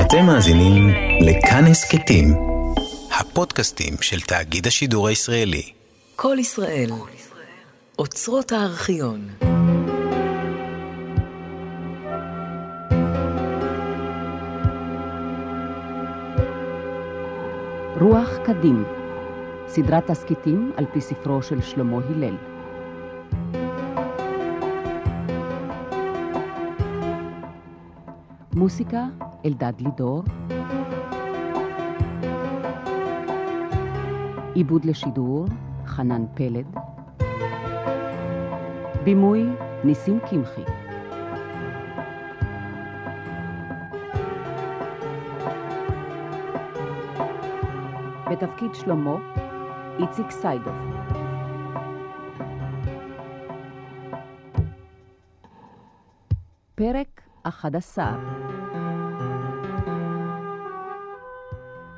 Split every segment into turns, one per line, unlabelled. אתם מאזינים לכאן הסכתים, הפודקאסטים של תאגיד השידור הישראלי.
כל ישראל. אוצרות הארכיון.
רוח קדים, סדרת תסכיתים על פי ספרו של שלמה הלל. מוסיקה, אלדד לידור. עיבוד לשידור, חנן פלד. בימוי, ניסים קמחי. בתפקיד שלמה, איציק סיידוף. פרק 11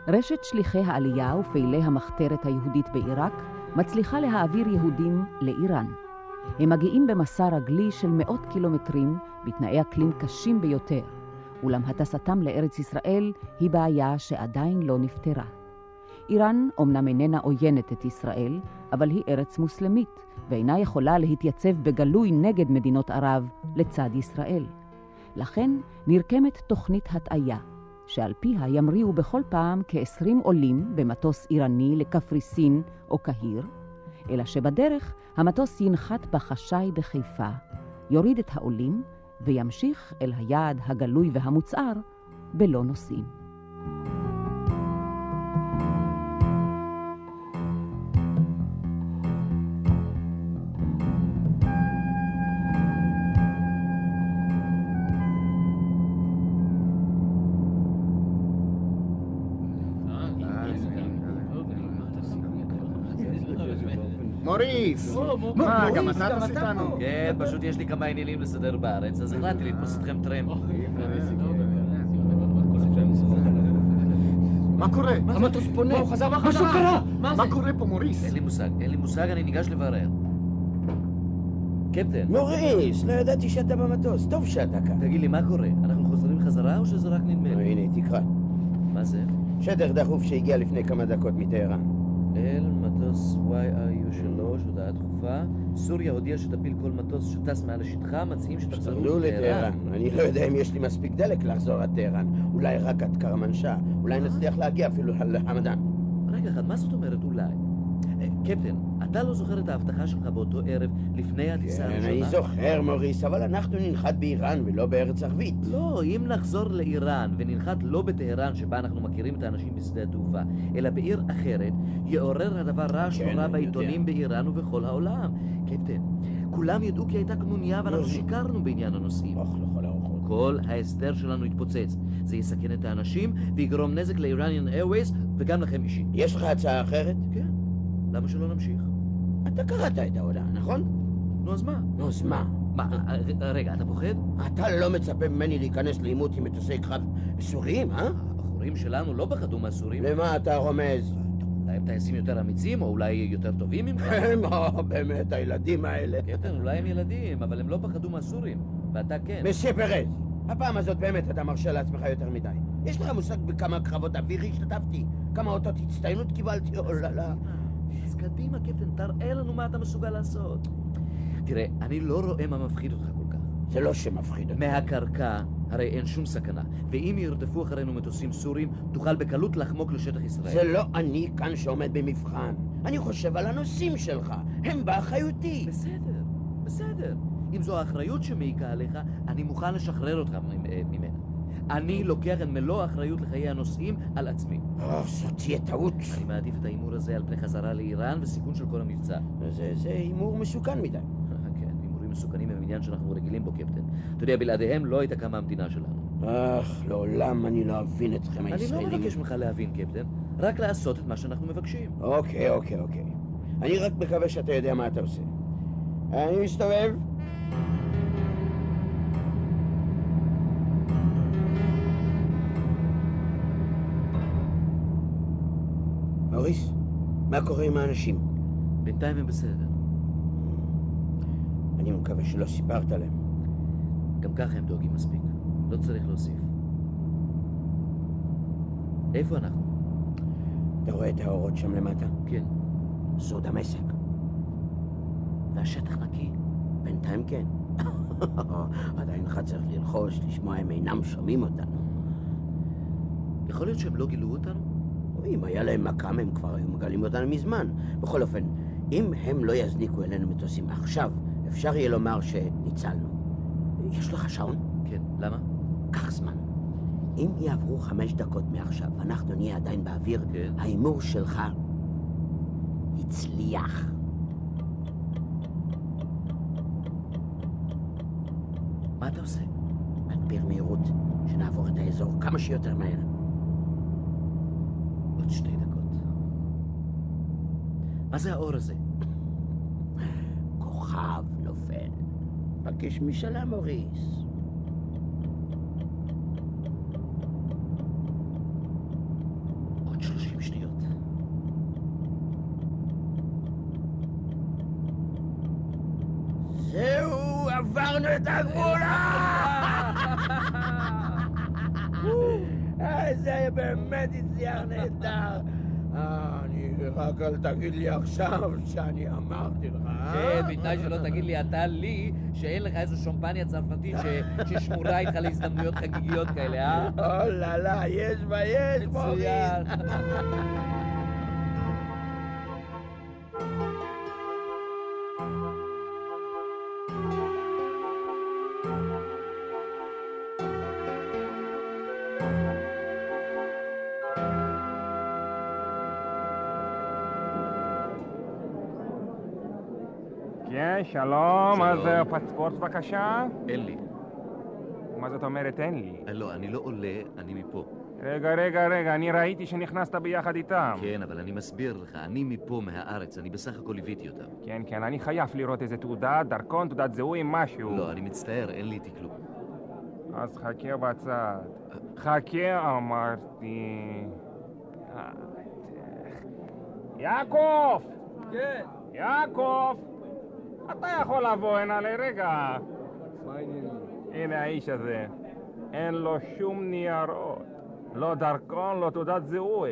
רשת שליחי העלייה ופעילי המחתרת היהודית בעיראק מצליחה להעביר יהודים לאיראן. הם מגיעים במסע רגלי של מאות קילומטרים בתנאי אקלים קשים ביותר, אולם הטסתם לארץ ישראל היא בעיה שעדיין לא נפתרה. איראן אומנם איננה עוינת את ישראל, אבל היא ארץ מוסלמית, ואינה יכולה להתייצב בגלוי נגד מדינות ערב לצד ישראל. לכן נרקמת תוכנית הטעיה, שעל פיה ימריאו בכל פעם כ-20 עולים במטוס איראני לקפריסין או קהיר, אלא שבדרך המטוס ינחת בחשאי בחיפה, יוריד את העולים וימשיך אל היעד הגלוי והמוצהר בלא נוסעים.
מוריס! מה, גם אתה טס איתנו?
כן, פשוט יש לי כמה עניינים לסדר בארץ, אז החלטתי לתפוס אתכם טרמפ.
מה קורה?
המטוס פונה. הוא חזר בחזרה.
משהו קרה! מה קורה פה, מוריס?
אין לי מושג, אין לי מושג, אני ניגש לברר. קפטן,
מוריס, לא ידעתי שאתה במטוס, טוב שאתה כאן.
תגיד לי, מה קורה? אנחנו חוזרים חזרה או שזה רק נדמה לי?
הנה, תקרא.
מה זה?
שטח דחוף שהגיע לפני כמה דקות מטהרן.
אל מטוס YIU3, הודעה דחופה. סוריה הודיעה שתפיל כל מטוס שטס מעל לשטחה, מציעים שתחזרו
חזרו לטהרן. אני לא יודע אם יש לי מספיק דלק לחזור עד טהרן. אולי רק עד קרמנשה. אולי נצליח להגיע אפילו לחמדאן.
רגע אחד, מה זאת אומרת אולי? אה, קפטן, אתה לא זוכר את ההבטחה שלך באותו ערב לפני הטיסה
כן,
הראשונה?
אני זוכר, מוריס, אבל אנחנו ננחת באיראן ולא בארץ ערבית.
לא, אם נחזור לאיראן וננחת לא בטהרן שבה אנחנו מכירים את האנשים בשדה התעופה, אלא בעיר אחרת, יעורר הדבר רעש
כן,
נורא
אני
בעיתונים באיראן ובכל העולם. קפטן, כולם ידעו כי הייתה קנוניה ואנחנו
לא. נכון.
שיקרנו בעניין הנושאים.
אוח לכל הרוחות.
כל ההסדר שלנו יתפוצץ. זה יסכן את האנשים ויגרום נזק לאיראניאן איירווייז וגם לכם אישית.
יש לך הצעה אחרת?
כן, למה שלא נמשיך?
אתה קראת את ההודעה, נכון?
נו, אז מה?
נו, אז מה?
מה, אה, אה, רגע, אתה פוחד?
אתה לא מצפה ממני להיכנס לעימות עם מטוסי קרב סוריים, אה?
הבחורים שלנו לא פחדו מהסורים.
למה אתה רומז?
אולי הם טייסים יותר אמיצים, או אולי יותר טובים ממך?
מה, אה, באמת, הילדים האלה.
קפטן, אולי הם ילדים, אבל הם לא פחדו מהסורים, ואתה כן.
מסי פרז, הפעם הזאת באמת אתה מרשה לעצמך יותר מדי. יש לך מושג בכמה קרבות אוויר השתתפתי? כמה אותות הצטיינות קיבלתי? לא, אוללה.
אה, אז קדימה, קפטן, תראה לנו מה אתה מסוגל לעשות. תראה, אני לא רואה מה מפחיד אותך כל כך.
זה לא שמפחיד
כן.
אותי.
מהקרקע הרי אין שום סכנה, ואם ירדפו אחרינו מטוסים סורים, תוכל בקלות לחמוק לשטח ישראל.
זה לא אני כאן שעומד במבחן. אני חושב על הנושאים שלך, הם באחריותי.
בסדר, בסדר. אם זו האחריות שמעיקה עליך, אני מוכן לשחרר אותך מ- אה, ממנה. אני לוקח את מלוא האחריות לחיי הנוסעים על עצמי.
אה, זאת תהיה טעות.
אני מעדיף את ההימור הזה על פני חזרה לאיראן וסיכון של כל המבצע.
זה- זה הימור מסוכן מדי.
כן, הימורים מסוכנים הם עניין שאנחנו רגילים בו, קפטן. אתה יודע, בלעדיהם לא הייתה קמה המדינה שלנו.
אך, לעולם אני לא אבין אתכם
אני לא
הישראלים.
מבקש ממך להבין, קפטן, רק לעשות את מה שאנחנו מבקשים.
אוקיי, אוקיי, אוקיי. אני רק מקווה שאתה יודע מה אתה עושה. אני מסתובב. מוריס, מה קורה עם האנשים?
בינתיים הם בסדר.
אני מקווה שלא סיפרת להם.
גם ככה הם דואגים מספיק. לא צריך להוסיף. איפה אנחנו?
אתה רואה את האורות שם למטה?
כן.
סוד המשק.
והשטח נקי?
בינתיים כן. עדיין לך צריך ללחוש, לשמוע הם אינם שומעים אותנו.
יכול להיות שהם לא גילו אותנו?
אם היה להם מכ"ם, הם כבר היו מגלים אותנו מזמן. בכל אופן, אם הם לא יזניקו אלינו מטוסים עכשיו, אפשר יהיה לומר שניצלנו. יש לך שעון?
כן. למה?
קח זמן. אם יעברו חמש דקות מעכשיו ואנחנו נהיה עדיין באוויר,
כן.
ההימור שלך הצליח.
מה אתה עושה?
מגביר מהירות, שנעבור את האזור כמה שיותר מהר.
עוד שתי דקות. מה זה האור הזה?
כוכב נופל. פגיש משאלה, מוריס.
עוד שלושים שניות.
זהו, עברנו את הגבולה! אה, זה היה באמת הצליח נהדר. אה, אני רק אל תגיד לי עכשיו שאני אמרתי לך, אה?
כן, בתנאי שלא תגיד לי אתה לי שאין לך איזו שמפניה צרפתית ש- ששמורה איתך להזדמנויות חגיגיות כאלה, אה?
או לה לה, יש ויש, מוריס!
מצוין.
כן, שלום, אז
שלום.
אה, פספורט בבקשה?
אין לי.
מה זאת אומרת אין לי?
אה, לא, אני לא עולה, אני מפה.
רגע, רגע, רגע, אני ראיתי שנכנסת ביחד איתם.
אה.
כן, אבל אני מסביר לך, אני מפה, מהארץ, אני בסך הכל ליוויתי אותם.
כן, כן, אני חייב לראות איזה תעודה, דרכון, תעודת זיהוי, משהו.
לא, אני מצטער, אין לי איתי כלום.
אז חכה בצד. חכה, אמרתי. אה, יעקב! כן. יעקב! אתה יכול לבוא הנה לרגע. מה העניינים? הנה האיש הזה. אין לו שום ניירות. לא דרכון, לא תעודת זיהוי.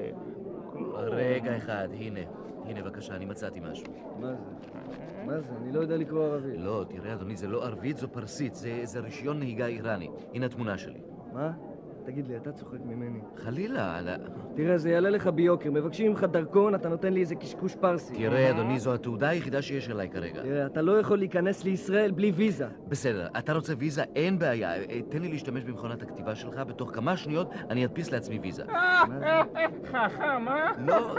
רגע אחד, הנה. הנה, בבקשה, אני מצאתי משהו.
מה זה? מה זה? אני לא יודע לקרוא ערבית.
לא, תראה, אדוני, זה לא ערבית, זו פרסית, זה, זה רישיון נהיגה איראני. הנה התמונה שלי.
מה? תגיד לי, אתה צוחק ממני.
חלילה, על ה...
תראה, זה יעלה לך ביוקר. מבקשים ממך דרכון, אתה נותן לי איזה קשקוש פרסי.
תראה, אדוני, זו התעודה היחידה שיש עליי כרגע.
תראה, אתה לא יכול להיכנס לישראל בלי ויזה.
בסדר, אתה רוצה ויזה? אין בעיה. אה, תן לי להשתמש במכונת הכתיבה שלך, בתוך כמה שניות אני אדפיס לעצמי ויזה.
חכם, אה?
לא,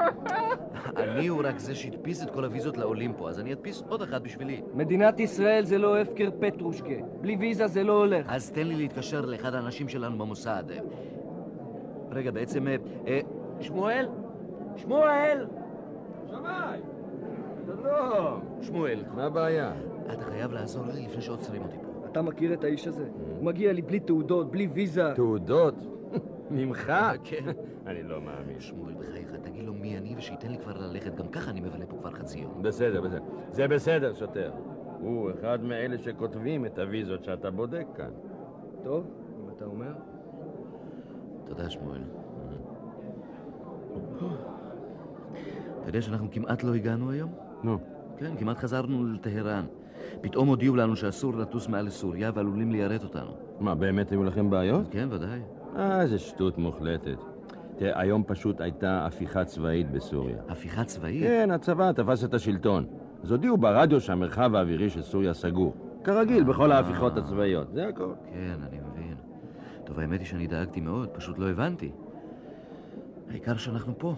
אני הוא רק זה שהדפיס את כל הוויזות לעולים פה, אז אני אדפיס עוד אחת בשבילי.
מדינת ישראל זה לא הפקר פטרושקה. בלי ויזה זה לא הולך.
אז תן לי להתקשר לאחד האנשים שלנו במוסד. אה, רגע, בעצם... אה, אה, שמואל? שמואל! שמאי! שלום! שמואל,
מה הבעיה?
אתה חייב לעזור לי לפני שעוצרים אותי פה.
אתה מכיר את האיש הזה? הוא מגיע לי בלי תעודות, בלי ויזה.
תעודות? ממך?
כן.
אני לא מאמין.
שמואל, בחייך, תגיד לו מי אני ושייתן לי כבר ללכת, גם ככה אני מבלה פה כבר חצי יום.
בסדר, בסדר. זה בסדר, שוטר. הוא אחד מאלה שכותבים את הוויזות שאתה בודק כאן.
טוב, אם אתה אומר.
תודה, שמואל. אתה יודע שאנחנו כמעט לא הגענו היום?
נו.
כן, כמעט חזרנו לטהרן. פתאום הודיעו לנו שאסור לטוס מעל לסוריה ועלולים ליירט אותנו.
מה, באמת היו לכם בעיות?
כן, ודאי.
אה, איזה שטות מוחלטת. תראה, היום פשוט הייתה הפיכה צבאית בסוריה.
הפיכה צבאית?
כן, הצבא תפס את השלטון. אז הודיעו ברדיו שהמרחב האווירי של סוריה סגור. כרגיל, בכל ההפיכות הצבאיות. זה הכל.
כן, אני מבין. טוב, האמת היא שאני דאגתי מאוד, פשוט לא הבנתי. העיקר שאנחנו פה.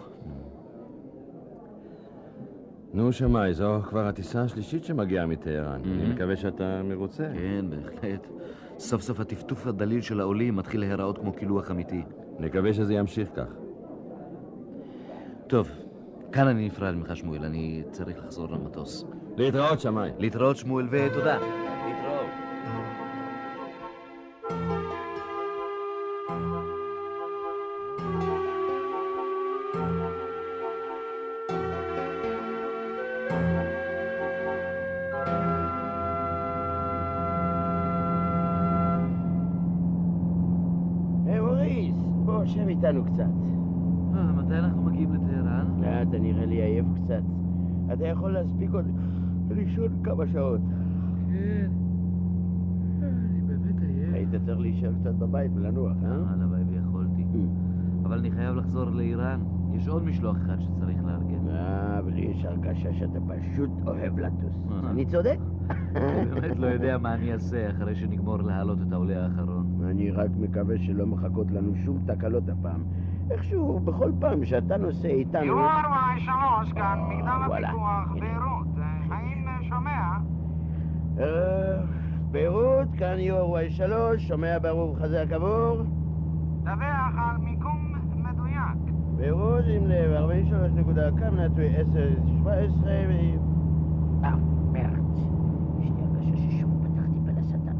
נו, שמאי, זו כבר הטיסה השלישית שמגיעה מטהרן. אני מקווה שאתה מרוצה.
כן, בהחלט. סוף סוף הטפטוף הדליל של העולים מתחיל להיראות כמו קילוח אמיתי.
נקווה שזה ימשיך כך.
טוב, כאן אני נפרד ממך, שמואל, אני צריך לחזור למטוס.
להתראות, שמאי.
להתראות, שמואל, ותודה. להתראות.
אה,
היי, מוריס, בוא, שב איתנו קצת.
מתי אנחנו מגיעים לטהרן?
אה, אתה נראה לי עייף קצת. אתה יכול להספיק עוד לישון כמה שעות.
כן. אני באמת עייף.
היית צריך להישאר קצת בבית ולנוח, אה?
הלוואי ויכולתי. אבל אני חייב לחזור לאיראן. יש עוד משלוח אחד שצריך לארגן.
אה, ולי יש הרגשה שאתה פשוט אוהב לטוס.
אה.
אני צודק?
אני באמת לא יודע מה אני אעשה אחרי שנגמור להעלות את העולה האחרון.
אני רק מקווה שלא מחכות לנו שום תקלות הפעם. איכשהו, בכל פעם שאתה נוסע איתנו...
יו"ר וואי שלוש כאן, מגדל
וואלה.
הפיקוח, ביירות. אה, האם אה, שומע?
אה, ביירות, כאן יו"ר וואי שלוש, שומע ברור חזק עבור.
דווח על מיקום מדויק.
ביירות עם לב 43 נקודה קו נטוי 10 17 אה, מרץ. יש לי הרגשה ששוב פתחתי פה לשטן.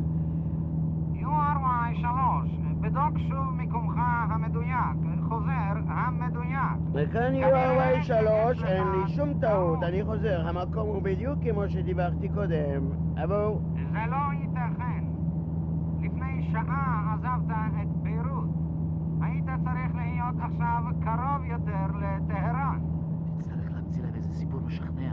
יו"ר וואי שלוש, בדוק שוב מיקומך המדויק. חוזר, המדויק.
וכאן יו"ר וואי שלוש, אין לי שום טעות, אני חוזר, המקום הוא בדיוק כמו שדיווחתי קודם. עבור.
זה לא ייתכן. לפני שעה עזבת את ביירות. היית צריך להיות עכשיו קרוב יותר לטהרן.
תצטרך להמציא להם איזה סיפור משכנע.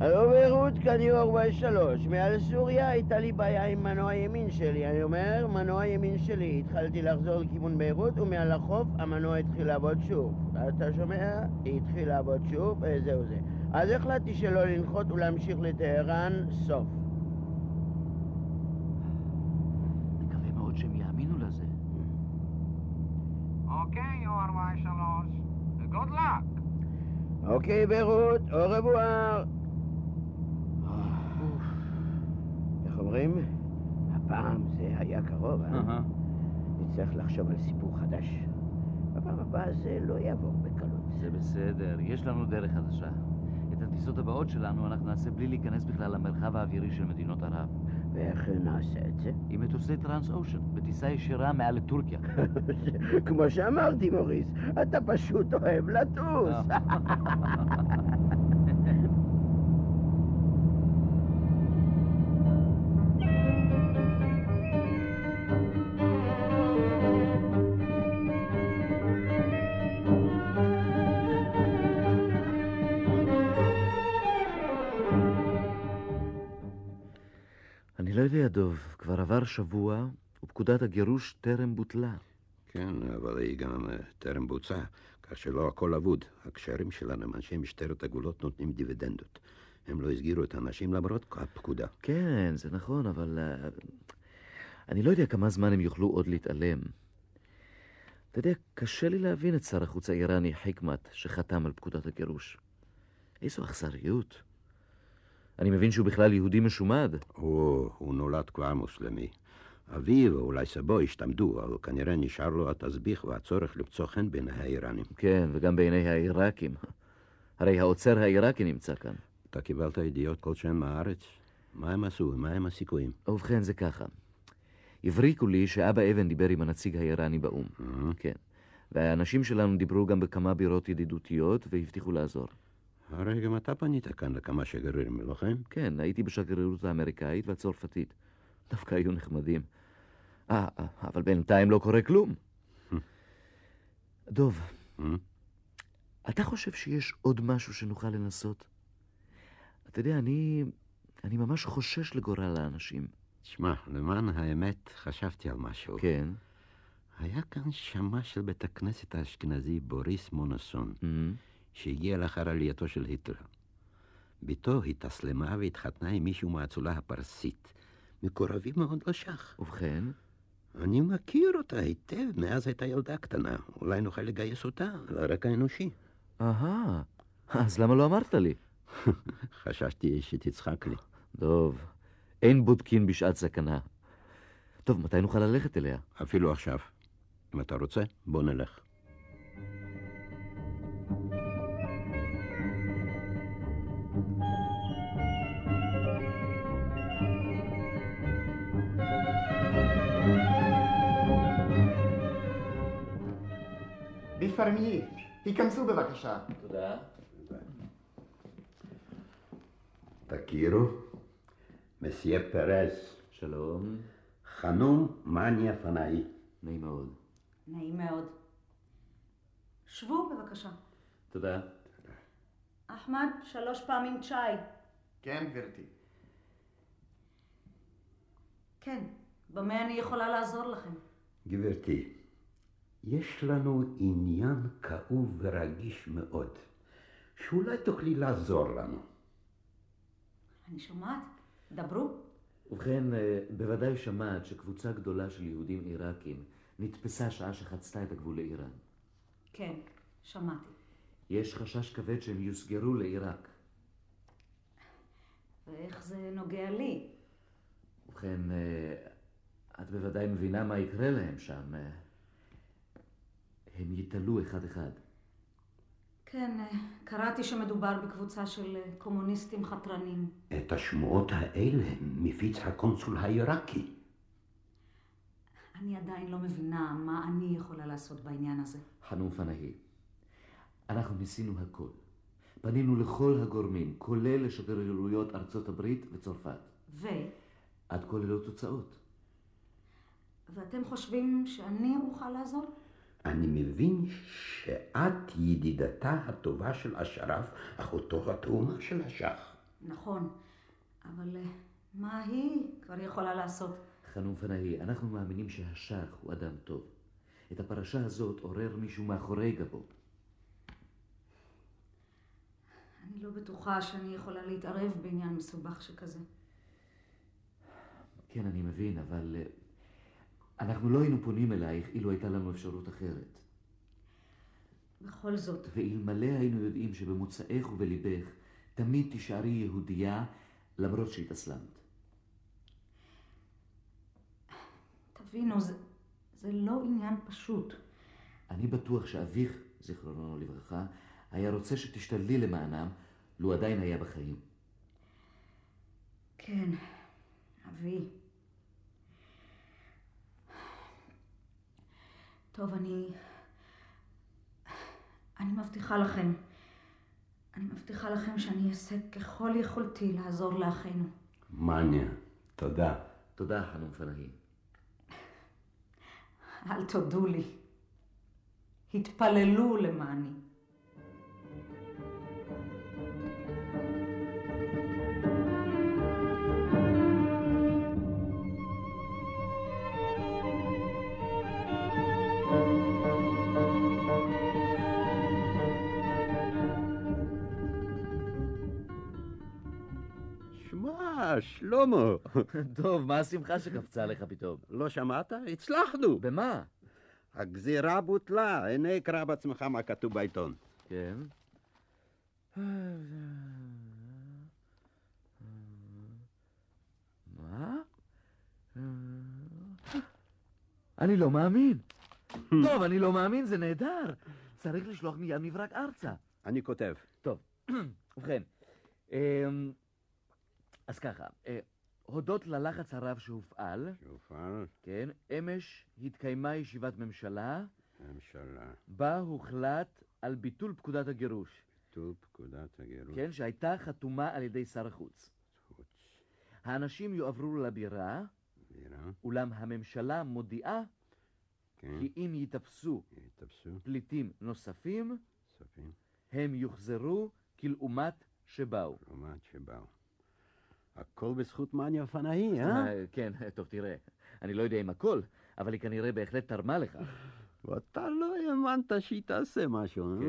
הלו ביירות, כאן יו"ר וואי שלוש. מעל סוריה הייתה לי בעיה עם מנוע ימין שלי. אני אומר, מנוע ימין שלי. התחלתי לחזור לכיוון ביירות, ומעל החוף המנוע התחיל לעבוד שוב. אתה שומע? התחיל לעבוד שוב, אה, זהו זה. אז החלטתי שלא לנחות ולהמשיך לטהרן, סוף.
מקווה מאוד שהם יאמינו לזה.
אוקיי, יו"ר וואי שלוש. גוד לק.
אוקיי, ביירות, au revoir. איך אומרים? הפעם זה היה קרוב, אה? נצטרך לחשוב על סיפור חדש. בפעם הבאה זה לא יעבור בקלות.
זה בסדר, יש לנו דרך חדשה. את הטיסות הבאות שלנו אנחנו נעשה בלי להיכנס בכלל למרחב האווירי של מדינות ערב.
ואיך נעשה את זה?
עם מטוסי טרנס אושן, בטיסה ישירה מעל לטורקיה.
כמו שאמרתי, מוריס, אתה פשוט אוהב לטוס.
אני לא יודע, דוב, כבר עבר שבוע, ופקודת הגירוש טרם בוטלה.
כן, אבל היא גם אה, טרם בוצעה, כך שלא הכל אבוד. הקשרים שלנו עם אנשי משטרת הגבולות נותנים דיבידנדות. הם לא הסגירו את האנשים למרות הפקודה.
כן, זה נכון, אבל... אה, אני לא יודע כמה זמן הם יוכלו עוד להתעלם. אתה יודע, קשה לי להבין את שר החוץ האיראני חיקמת שחתם על פקודת הגירוש. איזו אכזריות. אני מבין שהוא בכלל יהודי משומד.
הוא, הוא נולד כבר מוסלמי. אביו, או אולי סבו, השתמדו, אבל כנראה נשאר לו התסביך והצורך למצוא חן בעיני האיראנים.
כן, וגם בעיני העיראקים. הרי האוצר העיראקי נמצא כאן.
אתה קיבלת ידיעות כלשהן מהארץ? מה הם עשו? מה הם הסיכויים?
ובכן, זה ככה. הבריקו לי שאבא אבן דיבר עם הנציג האיראני באו"ם.
אה?
כן. והאנשים שלנו דיברו גם בכמה בירות ידידותיות והבטיחו לעזור.
הרי גם אתה פנית כאן לכמה שגרירים, לא כן?
כן, הייתי בשגרירות האמריקאית והצרפתית. דווקא היו נחמדים. אה, אה, אבל בינתיים לא קורה כלום. דוב,
אה?
אתה חושב שיש עוד משהו שנוכל לנסות? אתה יודע, אני... אני ממש חושש לגורל האנשים.
תשמע, למען האמת, חשבתי על משהו.
כן.
היה כאן שמע של בית הכנסת האשכנזי בוריס מונוסון,
אמ,
שהגיע לאחר עלייתו של היטלר. בתו התאסלמה והתחתנה עם מישהו מהאצולה הפרסית. מקורבים מאוד לשח.
ובכן,
אני מכיר אותה היטב מאז הייתה ילדה קטנה. אולי נוכל לגייס אותה על הרקע האנושי.
אהה, אז למה לא אמרת לי?
חששתי שתצחק לי.
דוב, אין בודקין בשעת סכנה. טוב, מתי נוכל ללכת אליה?
אפילו עכשיו. אם אתה רוצה, בוא נלך.
בפרמי, תיכנסו בבקשה.
תודה.
תכירו, מסייה פרס,
שלום,
חנום מניה פנאי.
נעים מאוד.
נעים מאוד. שבו בבקשה.
תודה.
אחמד, שלוש פעמים צ'אי.
כן, גברתי.
כן, במה אני יכולה לעזור לכם?
גברתי, יש לנו עניין כאוב ורגיש מאוד, שאולי תוכלי לעזור לנו.
אני שומעת. דברו.
ובכן, אה, בוודאי שמעת שקבוצה גדולה של יהודים עיראקים נתפסה שעה שחצתה את הגבול לאיראן.
כן, שמעתי.
יש חשש כבד שהם יוסגרו לעיראק.
ואיך זה נוגע לי?
ובכן, אה, את בוודאי מבינה מה יקרה להם שם. אה, הם ייתלו אחד-אחד.
כן, אה, קראתי שמדובר בקבוצה של אה, קומוניסטים חתרנים.
את השמועות האלה מפיץ הקונסול העיראקי.
אני עדיין לא מבינה מה אני יכולה לעשות בעניין הזה.
חנום פנאי, אנחנו ניסינו הכל. פנינו לכל הגורמים, כולל לשגרירויות ארצות הברית וצרפת.
ו...
עד כה ללא תוצאות.
ואתם חושבים שאני אוכל לעזור?
אני מבין שאת ידידתה הטובה של אשרף, אחותו התאומה של השח.
נכון, אבל אה, מה היא כבר יכולה לעשות?
חנום פנאי, אנחנו מאמינים שהשח הוא אדם טוב. את הפרשה הזאת עורר מישהו מאחורי גבו.
אני לא בטוחה שאני יכולה להתערב בעניין מסובך שכזה.
כן, אני מבין, אבל... אה, אנחנו לא היינו פונים אלייך אילו הייתה לנו אפשרות אחרת.
בכל זאת,
ואלמלא היינו יודעים שבמוצאך ובליבך תמיד תישארי יהודייה למרות שהתאסלמת.
תבינו, זה, זה לא עניין פשוט.
אני בטוח שאביך, זיכרונו לברכה, היה רוצה שתשתדלי למענם, לו עדיין היה בחיים.
כן, אבי. טוב, אני... אני מבטיחה לכם. אני מבטיחה לכם שאני אעשה ככל יכולתי לעזור לאחינו.
מניה, תודה.
תודה, חנום פנאי.
אל תודו לי. התפללו למעני.
שמע, שלמה.
דוב, מה השמחה שקפצה לך פתאום?
לא שמעת? הצלחנו.
במה?
הגזירה בוטלה. הנה, אקרא בעצמך מה כתוב בעיתון.
כן. מה? אה, אני לא מאמין. טוב, אני לא מאמין, זה נהדר. צריך לשלוח מיד מברק ארצה.
אני כותב.
טוב, ובכן, אמ, אז ככה, אה, הודות ללחץ הרב שהופעל,
שהופעל,
כן, אמש התקיימה ישיבת ממשלה,
ממשלה,
בה הוחלט על ביטול פקודת הגירוש,
כתוב פקודת הגירוש.
כן, שהייתה חתומה על ידי שר החוץ. האנשים יועברו לבירה,
בירה,
אולם הממשלה מודיעה
כן,
כי אם ייתפסו
תפסו,
פליטים נוספים,
סופים,
הם יוחזרו כלעומת שבאו.
לעומת שבאו. הכל בזכות מניה פנאי, אה?
אה, כן, טוב, תראה, אני לא יודע אם הכל, אבל היא כנראה בהחלט תרמה לך.
ואתה לא האמנת שהיא תעשה משהו, אה?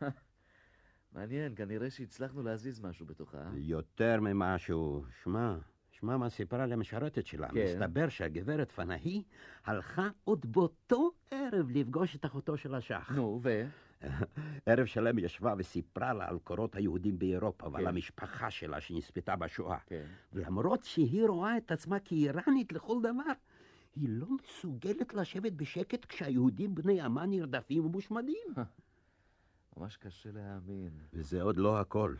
כן. מעניין, כנראה שהצלחנו להזיז משהו בתוכה.
יותר ממשהו. שמע, שמע מה סיפרה לי המשרתת שלה.
כן.
מסתבר שהגברת פנאי הלכה עוד באותו ערב לפגוש את אחותו של השח.
נו, ו?
ערב שלם ישבה וסיפרה לה על קורות היהודים באירופה ועל
כן.
המשפחה שלה שנספתה בשואה.
כן.
ולמרות שהיא רואה את עצמה כאיראנית לכל דבר, היא לא מסוגלת לשבת בשקט כשהיהודים בני עמה נרדפים ומושמדים.
ממש קשה להאמין.
וזה עוד לא הכל.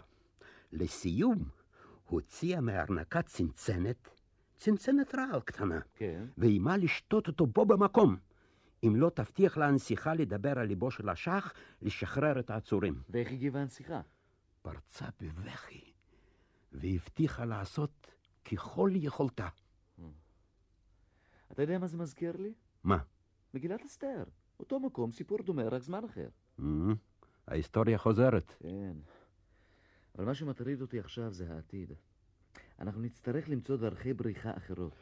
לסיום, הוציאה מארנקה צנצנת, צנצנת רעל קטנה,
כן.
ואיימה לשתות אותו בו במקום, אם לא תבטיח להנסיכה לדבר על ליבו של השח, לשחרר את העצורים.
ואיך הגיבה הנסיכה?
פרצה בבכי, והבטיחה לעשות ככל יכולתה.
אתה יודע מה זה מזכיר לי?
מה?
מגילת אסתר. אותו מקום, סיפור דומה, רק זמן אחר.
אמ, ההיסטוריה חוזרת.
כן. אבל מה שמטריד אותי עכשיו זה העתיד. אנחנו נצטרך למצוא דרכי בריחה אחרות.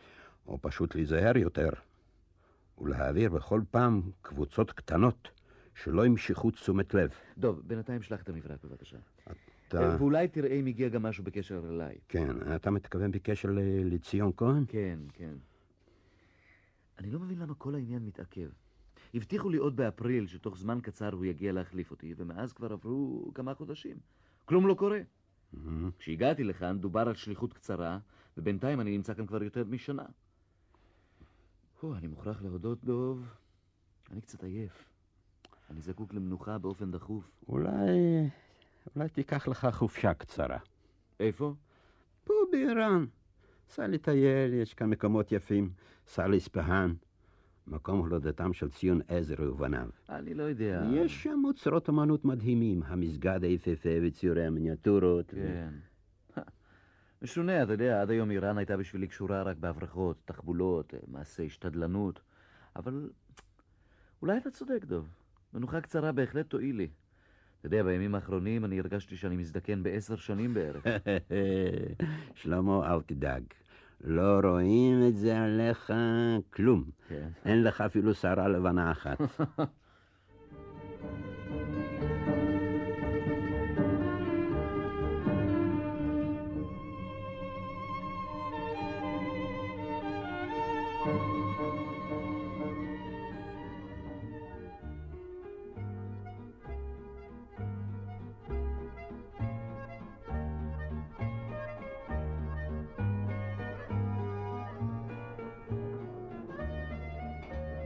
או פשוט להיזהר יותר, ולהעביר בכל פעם קבוצות קטנות שלא ימשכו תשומת לב.
דב, בינתיים שלח את המברק בבקשה.
אתה...
ואולי תראה אם הגיע גם משהו בקשר אליי.
כן, אתה מתכוון בקשר ל- לציון כהן?
כן, כן. אני לא מבין למה כל העניין מתעכב. הבטיחו לי עוד באפריל שתוך זמן קצר הוא יגיע להחליף אותי, ומאז כבר עברו כמה חודשים. כלום לא קורה. כשהגעתי לכאן דובר על שליחות קצרה, ובינתיים אני נמצא כאן כבר יותר משנה. הו, אני מוכרח להודות, דוב, אני קצת עייף. אני זקוק למנוחה באופן דחוף.
אולי... אולי תיקח לך חופשה קצרה.
איפה?
פה באיראן. סע לטייל, יש כאן מקומות יפים. סע לאספהאן, מקום הולדתם של ציון עזר ובניו.
אני לא יודע.
יש שם אוצרות אמנות מדהימים, המסגד היפהפה וציורי המיניאטורות. ו-
כן. משונה, אתה יודע, עד היום איראן הייתה בשבילי קשורה רק בהברחות, תחבולות, אה, מעשי השתדלנות, אבל אולי אתה צודק, דב. מנוחה קצרה בהחלט תועיל לי. אתה יודע, בימים האחרונים אני הרגשתי שאני מזדקן בעשר שנים בערך.
שלמה, אל תדאג. לא רואים את זה עליך כלום.
כן.
אין לך אפילו שערה לבנה אחת.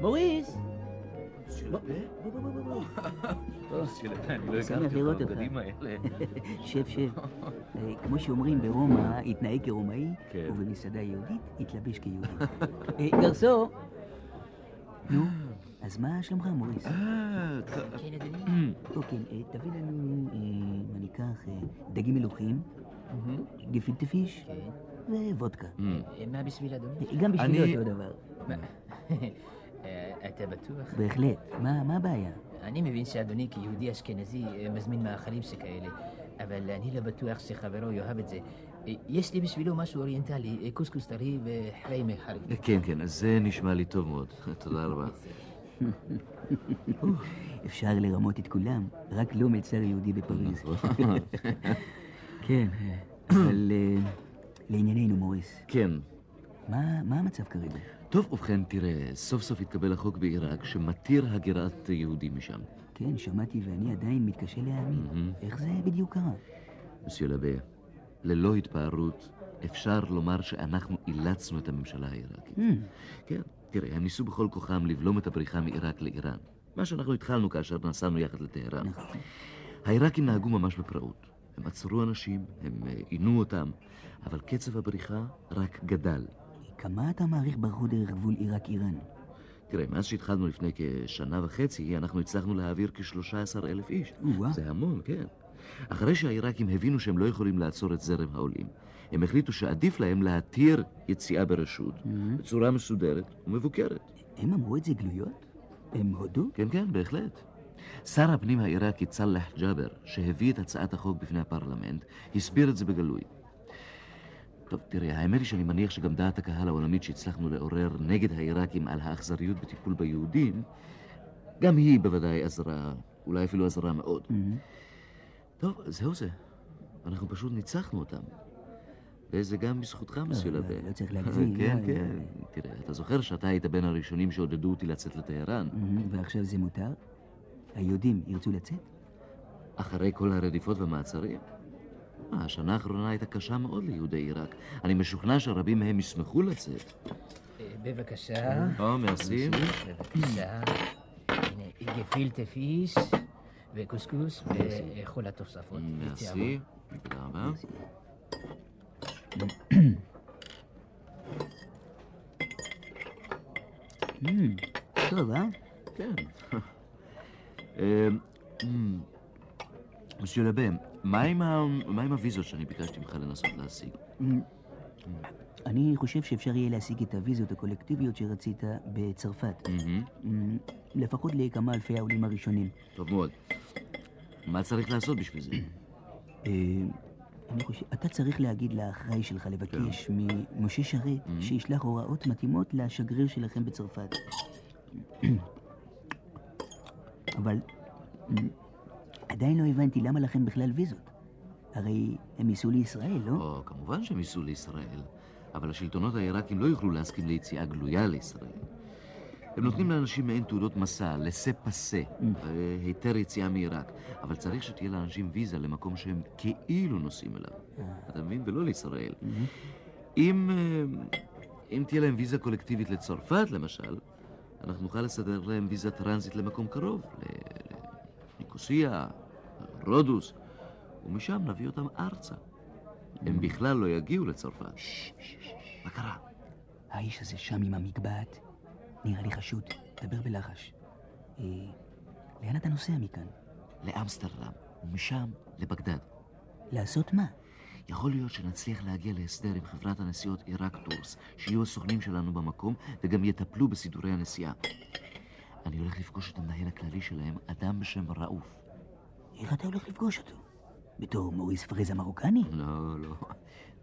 מוריס! אה? הכרתי אותך, הבגדים שב, שב. אה, כמו שאומרים ברומא, התנהג כרומאי,
כן.
ובמסעדה יהודית התלבש כיהודי. אה, גרסו! נו, אז מה שלומך, מוריס? כן, אדוני. אוקיי, אה, תביא לנו, אה, אני אקח אה, דגים מלוכים, גפילטה פיש ווודקה.
אה, מה בשביל אדוני?
גם בשבילו אותו דבר.
אה, אתה בטוח?
בהחלט. מה מה הבעיה?
אני מבין שאדוני כיהודי אשכנזי אה, מזמין מאכלים שכאלה, אבל אני לא בטוח שחברו יאהב את זה. אה, יש לי בשבילו משהו אוריינטלי, אה, קוסקוס טרי וחריימה חריף.
כן, כן, אז זה נשמע לי טוב מאוד. תודה רבה.
אפשר לרמות את כולם, רק לא מלצר יהודי בפריז.
נכון.
כן, אבל אה, לענייננו, מוריס.
כן.
מה מה המצב כרגע?
טוב, ובכן, תראה, סוף סוף התקבל החוק בעיראק שמתיר הגירת יהודים משם.
כן, שמעתי ואני עדיין מתקשה להאמין. איך זה בדיוק קרה?
מסיור לבה, ללא התפארות, אפשר לומר שאנחנו אילצנו את הממשלה העיראקית. כן, תראה, הם ניסו בכל כוחם לבלום את הבריחה מעיראק לאיראן. מה שאנחנו התחלנו כאשר נסענו יחד לטהרן. העיראקים נהגו ממש בפראות. הם עצרו אנשים, הם אה, עינו אותם, אבל קצב הבריחה רק גדל.
כמה אתה מעריך ברחו דרך גבול עיראק-איראן?
תראה, מאז שהתחלנו לפני כשנה וחצי, אנחנו הצלחנו להעביר כ-13 אלף איש.
וואו.
זה המון, כן. אחרי שהעיראקים הבינו שהם לא יכולים לעצור את זרם העולים, הם החליטו שעדיף להם להתיר יציאה ברשות, בצורה מסודרת ומבוקרת.
הם אמרו את זה גלויות? הם הודו?
כן, כן, בהחלט. שר הפנים העיראקי צלח ג'אבר, שהביא את הצעת החוק בפני הפרלמנט, הסביר את זה בגלוי. טוב, תראה, האמת היא שאני מניח שגם דעת הקהל העולמית שהצלחנו לעורר נגד העיראקים על האכזריות בטיפול ביהודים, גם היא בוודאי עזרה, אולי אפילו עזרה מאוד. טוב, זהו זה. אנחנו פשוט ניצחנו אותם. וזה גם בזכותך, מסוים.
לא צריך להגזים,
כן,
לא,
כן. תראה, אתה זוכר שאתה היית בין הראשונים שעודדו אותי לצאת לטהרן?
מהמם, אה, ועכשיו זה מותר? היהודים ירצו לצאת?
אחרי כל הרדיפות והמעצרים? מה, השנה האחרונה הייתה קשה מאוד ליהודי עיראק. אני משוכנע שרבים מהם ישמחו לצאת. אה,
אה, בבקשה.
כן.
או, מרסים.
בבקשה. הנה, גפילטה פיש וקוסקוס וכל התוספות.
מרסי. תודה רבה. אה?
מהמם, טוב, אה?
כן. אה, אמ, מסיור לבה, מה עם ה- מה עם הוויזות שאני ביקשתי ממך לנסות להשיג?
אני חושב שאפשר יהיה להשיג את הוויזות הקולקטיביות שרצית בצרפת. אמ, לפחות לכמה אלפי העולים הראשונים.
טוב מאוד. מה צריך לעשות בשביל זה?
אה, אני חושב, אתה צריך להגיד לאחראי שלך לבקש ממשה שרת שישלח הוראות מתאימות לשגריר שלכם בצרפת. אבל אה, עדיין לא הבנתי למה לכם בכלל ויזות. הרי הם ייסעו לישראל, לא?
או, כמובן שהם ייסעו לישראל, אבל השלטונות העיראקים לא יוכלו להסכים ליציאה גלויה לישראל. הם נותנים לאנשים מעין תעודות מסע, לסה פסה, אה, היתר יציאה מעיראק, אבל צריך שתהיה לאנשים ויזה למקום שהם כאילו נוסעים אליו. אתה מבין? ולא לישראל. אם, אה, אם תהיה להם ויזה קולקטיבית לצרפת, למשל, אנחנו נוכל לסדר להם ויזה טרנזיט למקום קרוב, ל- לניקוסיה, רודוס, ומשם נביא אותם ארצה. הם בכלל לא יגיעו לצרפת. מה קרה?
האיש הזה שם עם המגבעת נראה לי חשוד, דבר בלחש. אה, לאן אתה נוסע מכאן?
לאמסטרדם, ומשם לבגדד.
לעשות מה?
יכול להיות שנצליח להגיע להסדר עם חברת הנסיעות עיראק טורס, שיהיו הסוכנים שלנו במקום וגם יטפלו בסידורי הנסיעה. אני הולך לפגוש את המנהל הכללי שלהם, אדם בשם ראוף.
איך אתה הולך לפגוש אותו? בתור מוריס פרז המרוקני?
לא, לא.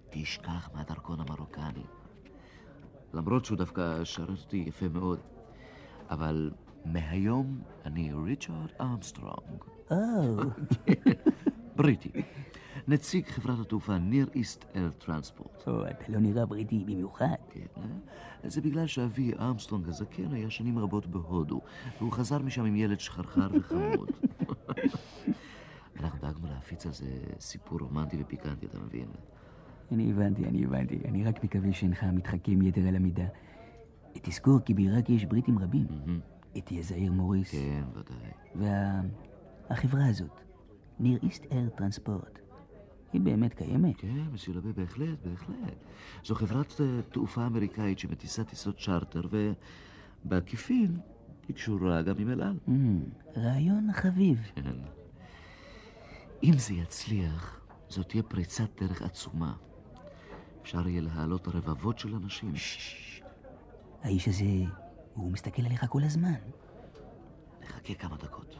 תשכח מהדרכון המרוקני. למרות שהוא דווקא שרת אותי יפה מאוד, אבל מהיום אני ריצ'רד אמסטרונג.
או,
בריטי. נציג חברת התעופה ניר איסט אל טרנספורט.
או, אתה לא נראה בריטי במיוחד.
כן, אה? זה בגלל שאבי אמסטרונג הזקן היה שנים רבות בהודו, והוא חזר משם עם ילד שחרחר וחמוד. אנחנו דאגנו להפיץ על זה סיפור רומנטי ופיקנטי, אתה מבין?
אני הבנתי, אני הבנתי. אני רק מקווה שאינך מתחכם יתר על המידה. תזכור כי בעיראק יש בריטים רבים. את יזעיר מוריס.
כן, ודאי.
והחברה הזאת, ניר איסט אייר טרנספורט, היא באמת קיימת.
כן, מסילבי, בהחלט, בהחלט. זו חברת אה, תעופה אמריקאית שמטיסה טיסות צ'רטר, ובעקיפין היא קשורה גם עם אל על.
Mm. רעיון חביב.
כן. אם זה יצליח, זאת תהיה פריצת דרך עצומה. אפשר יהיה להעלות רבבות של אנשים.
האיש הזה, הוא מסתכל עליך כל הזמן.
נחכה כמה דקות.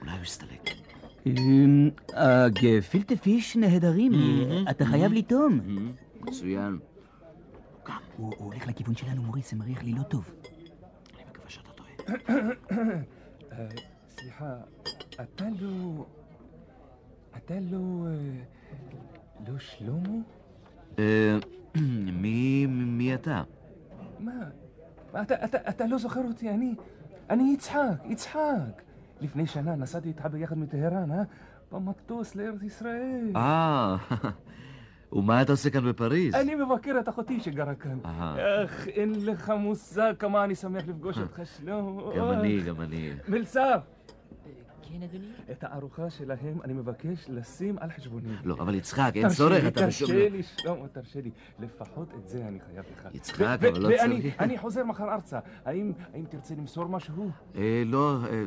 אולי הוא יסתלק.
אמ, הגפילטה פיש נהדרים, אתה חייב לטעום.
מצוין.
הוא הוא הולך לכיוון שלנו, מוריס, זה מריח לי לא טוב.
אה, סליחה, אתה לא... אתה לא... אה, לא שלמה?
אה, מי מי אתה?
מה? מה, אתה, אתה, אתה לא זוכר אותי, אני... אני יצחק, יצחק. לפני שנה נסעתי איתך ביחד מטהרן, אה? במטוס לארץ ישראל.
אה, ומה אתה עושה כאן בפריז?
אני מבקר את אחותי שגרה כאן.
אהה,
אך, אין לך מושג כמה אני שמח לפגוש אותך, שלמה.
אה. גם אני, גם אני.
מלצר!
אה, כן, אדוני?
את הארוחה שלהם אני מבקש לשים על חשבוני.
לא, אבל יצחק, אין
תרשה
צורך,
לי,
אתה בשום-
תרשה לי, שלמה, תרשה לי. לפחות את זה אני חייב לך.
יצחק,
ו-
אבל לא
ו-
צריך.
ואני- אני חוזר מחר ארצה. האם האם תרצה למסור משהו?
אה, לא, אה,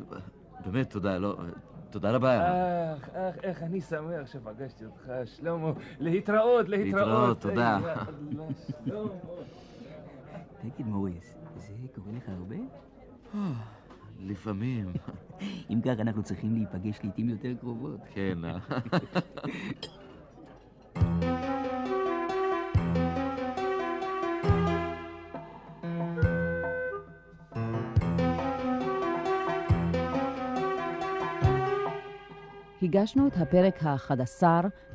באמת, תודה, לא, אה, תודה רבה.
אה. אך, אך, איך אני שמח שפגשתי אותך, שלמה. להתראות, להתראות.
להתראות, תודה.
איי, יא אללה, שלמה.
תגיד, מוריס, זה קורה לך הרבה?
לפעמים.
אם כך, אנחנו צריכים להיפגש לעיתים יותר קרובות.
כן, אה.
הגשנו את הפרק ה-11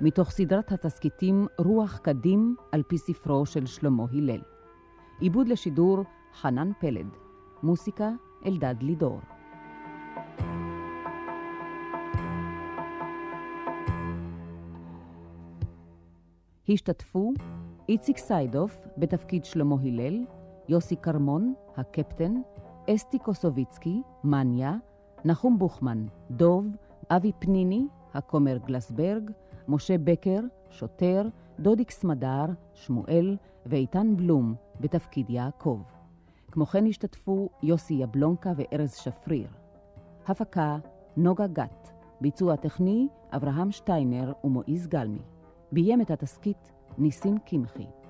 מתוך סדרת התסכיתים רוח קדים על פי ספרו של שלמה הלל. עיבוד לשידור חנן פלד. מוסיקה אלדד לידור. השתתפו איציק סיידוף בתפקיד שלמה הלל, יוסי כרמון, הקפטן, אסתי קוסוביצקי, מניה, נחום בוכמן, דוב, אבי פניני, הכומר גלסברג, משה בקר, שוטר, דודיק סמדר, שמואל ואיתן בלום בתפקיד יעקב. כמו כן השתתפו יוסי יבלונקה וארז שפריר. הפקה נוגה גת, ביצוע טכני אברהם שטיינר ומועיז גלמי. ביים את התסכית ניסים קמחי.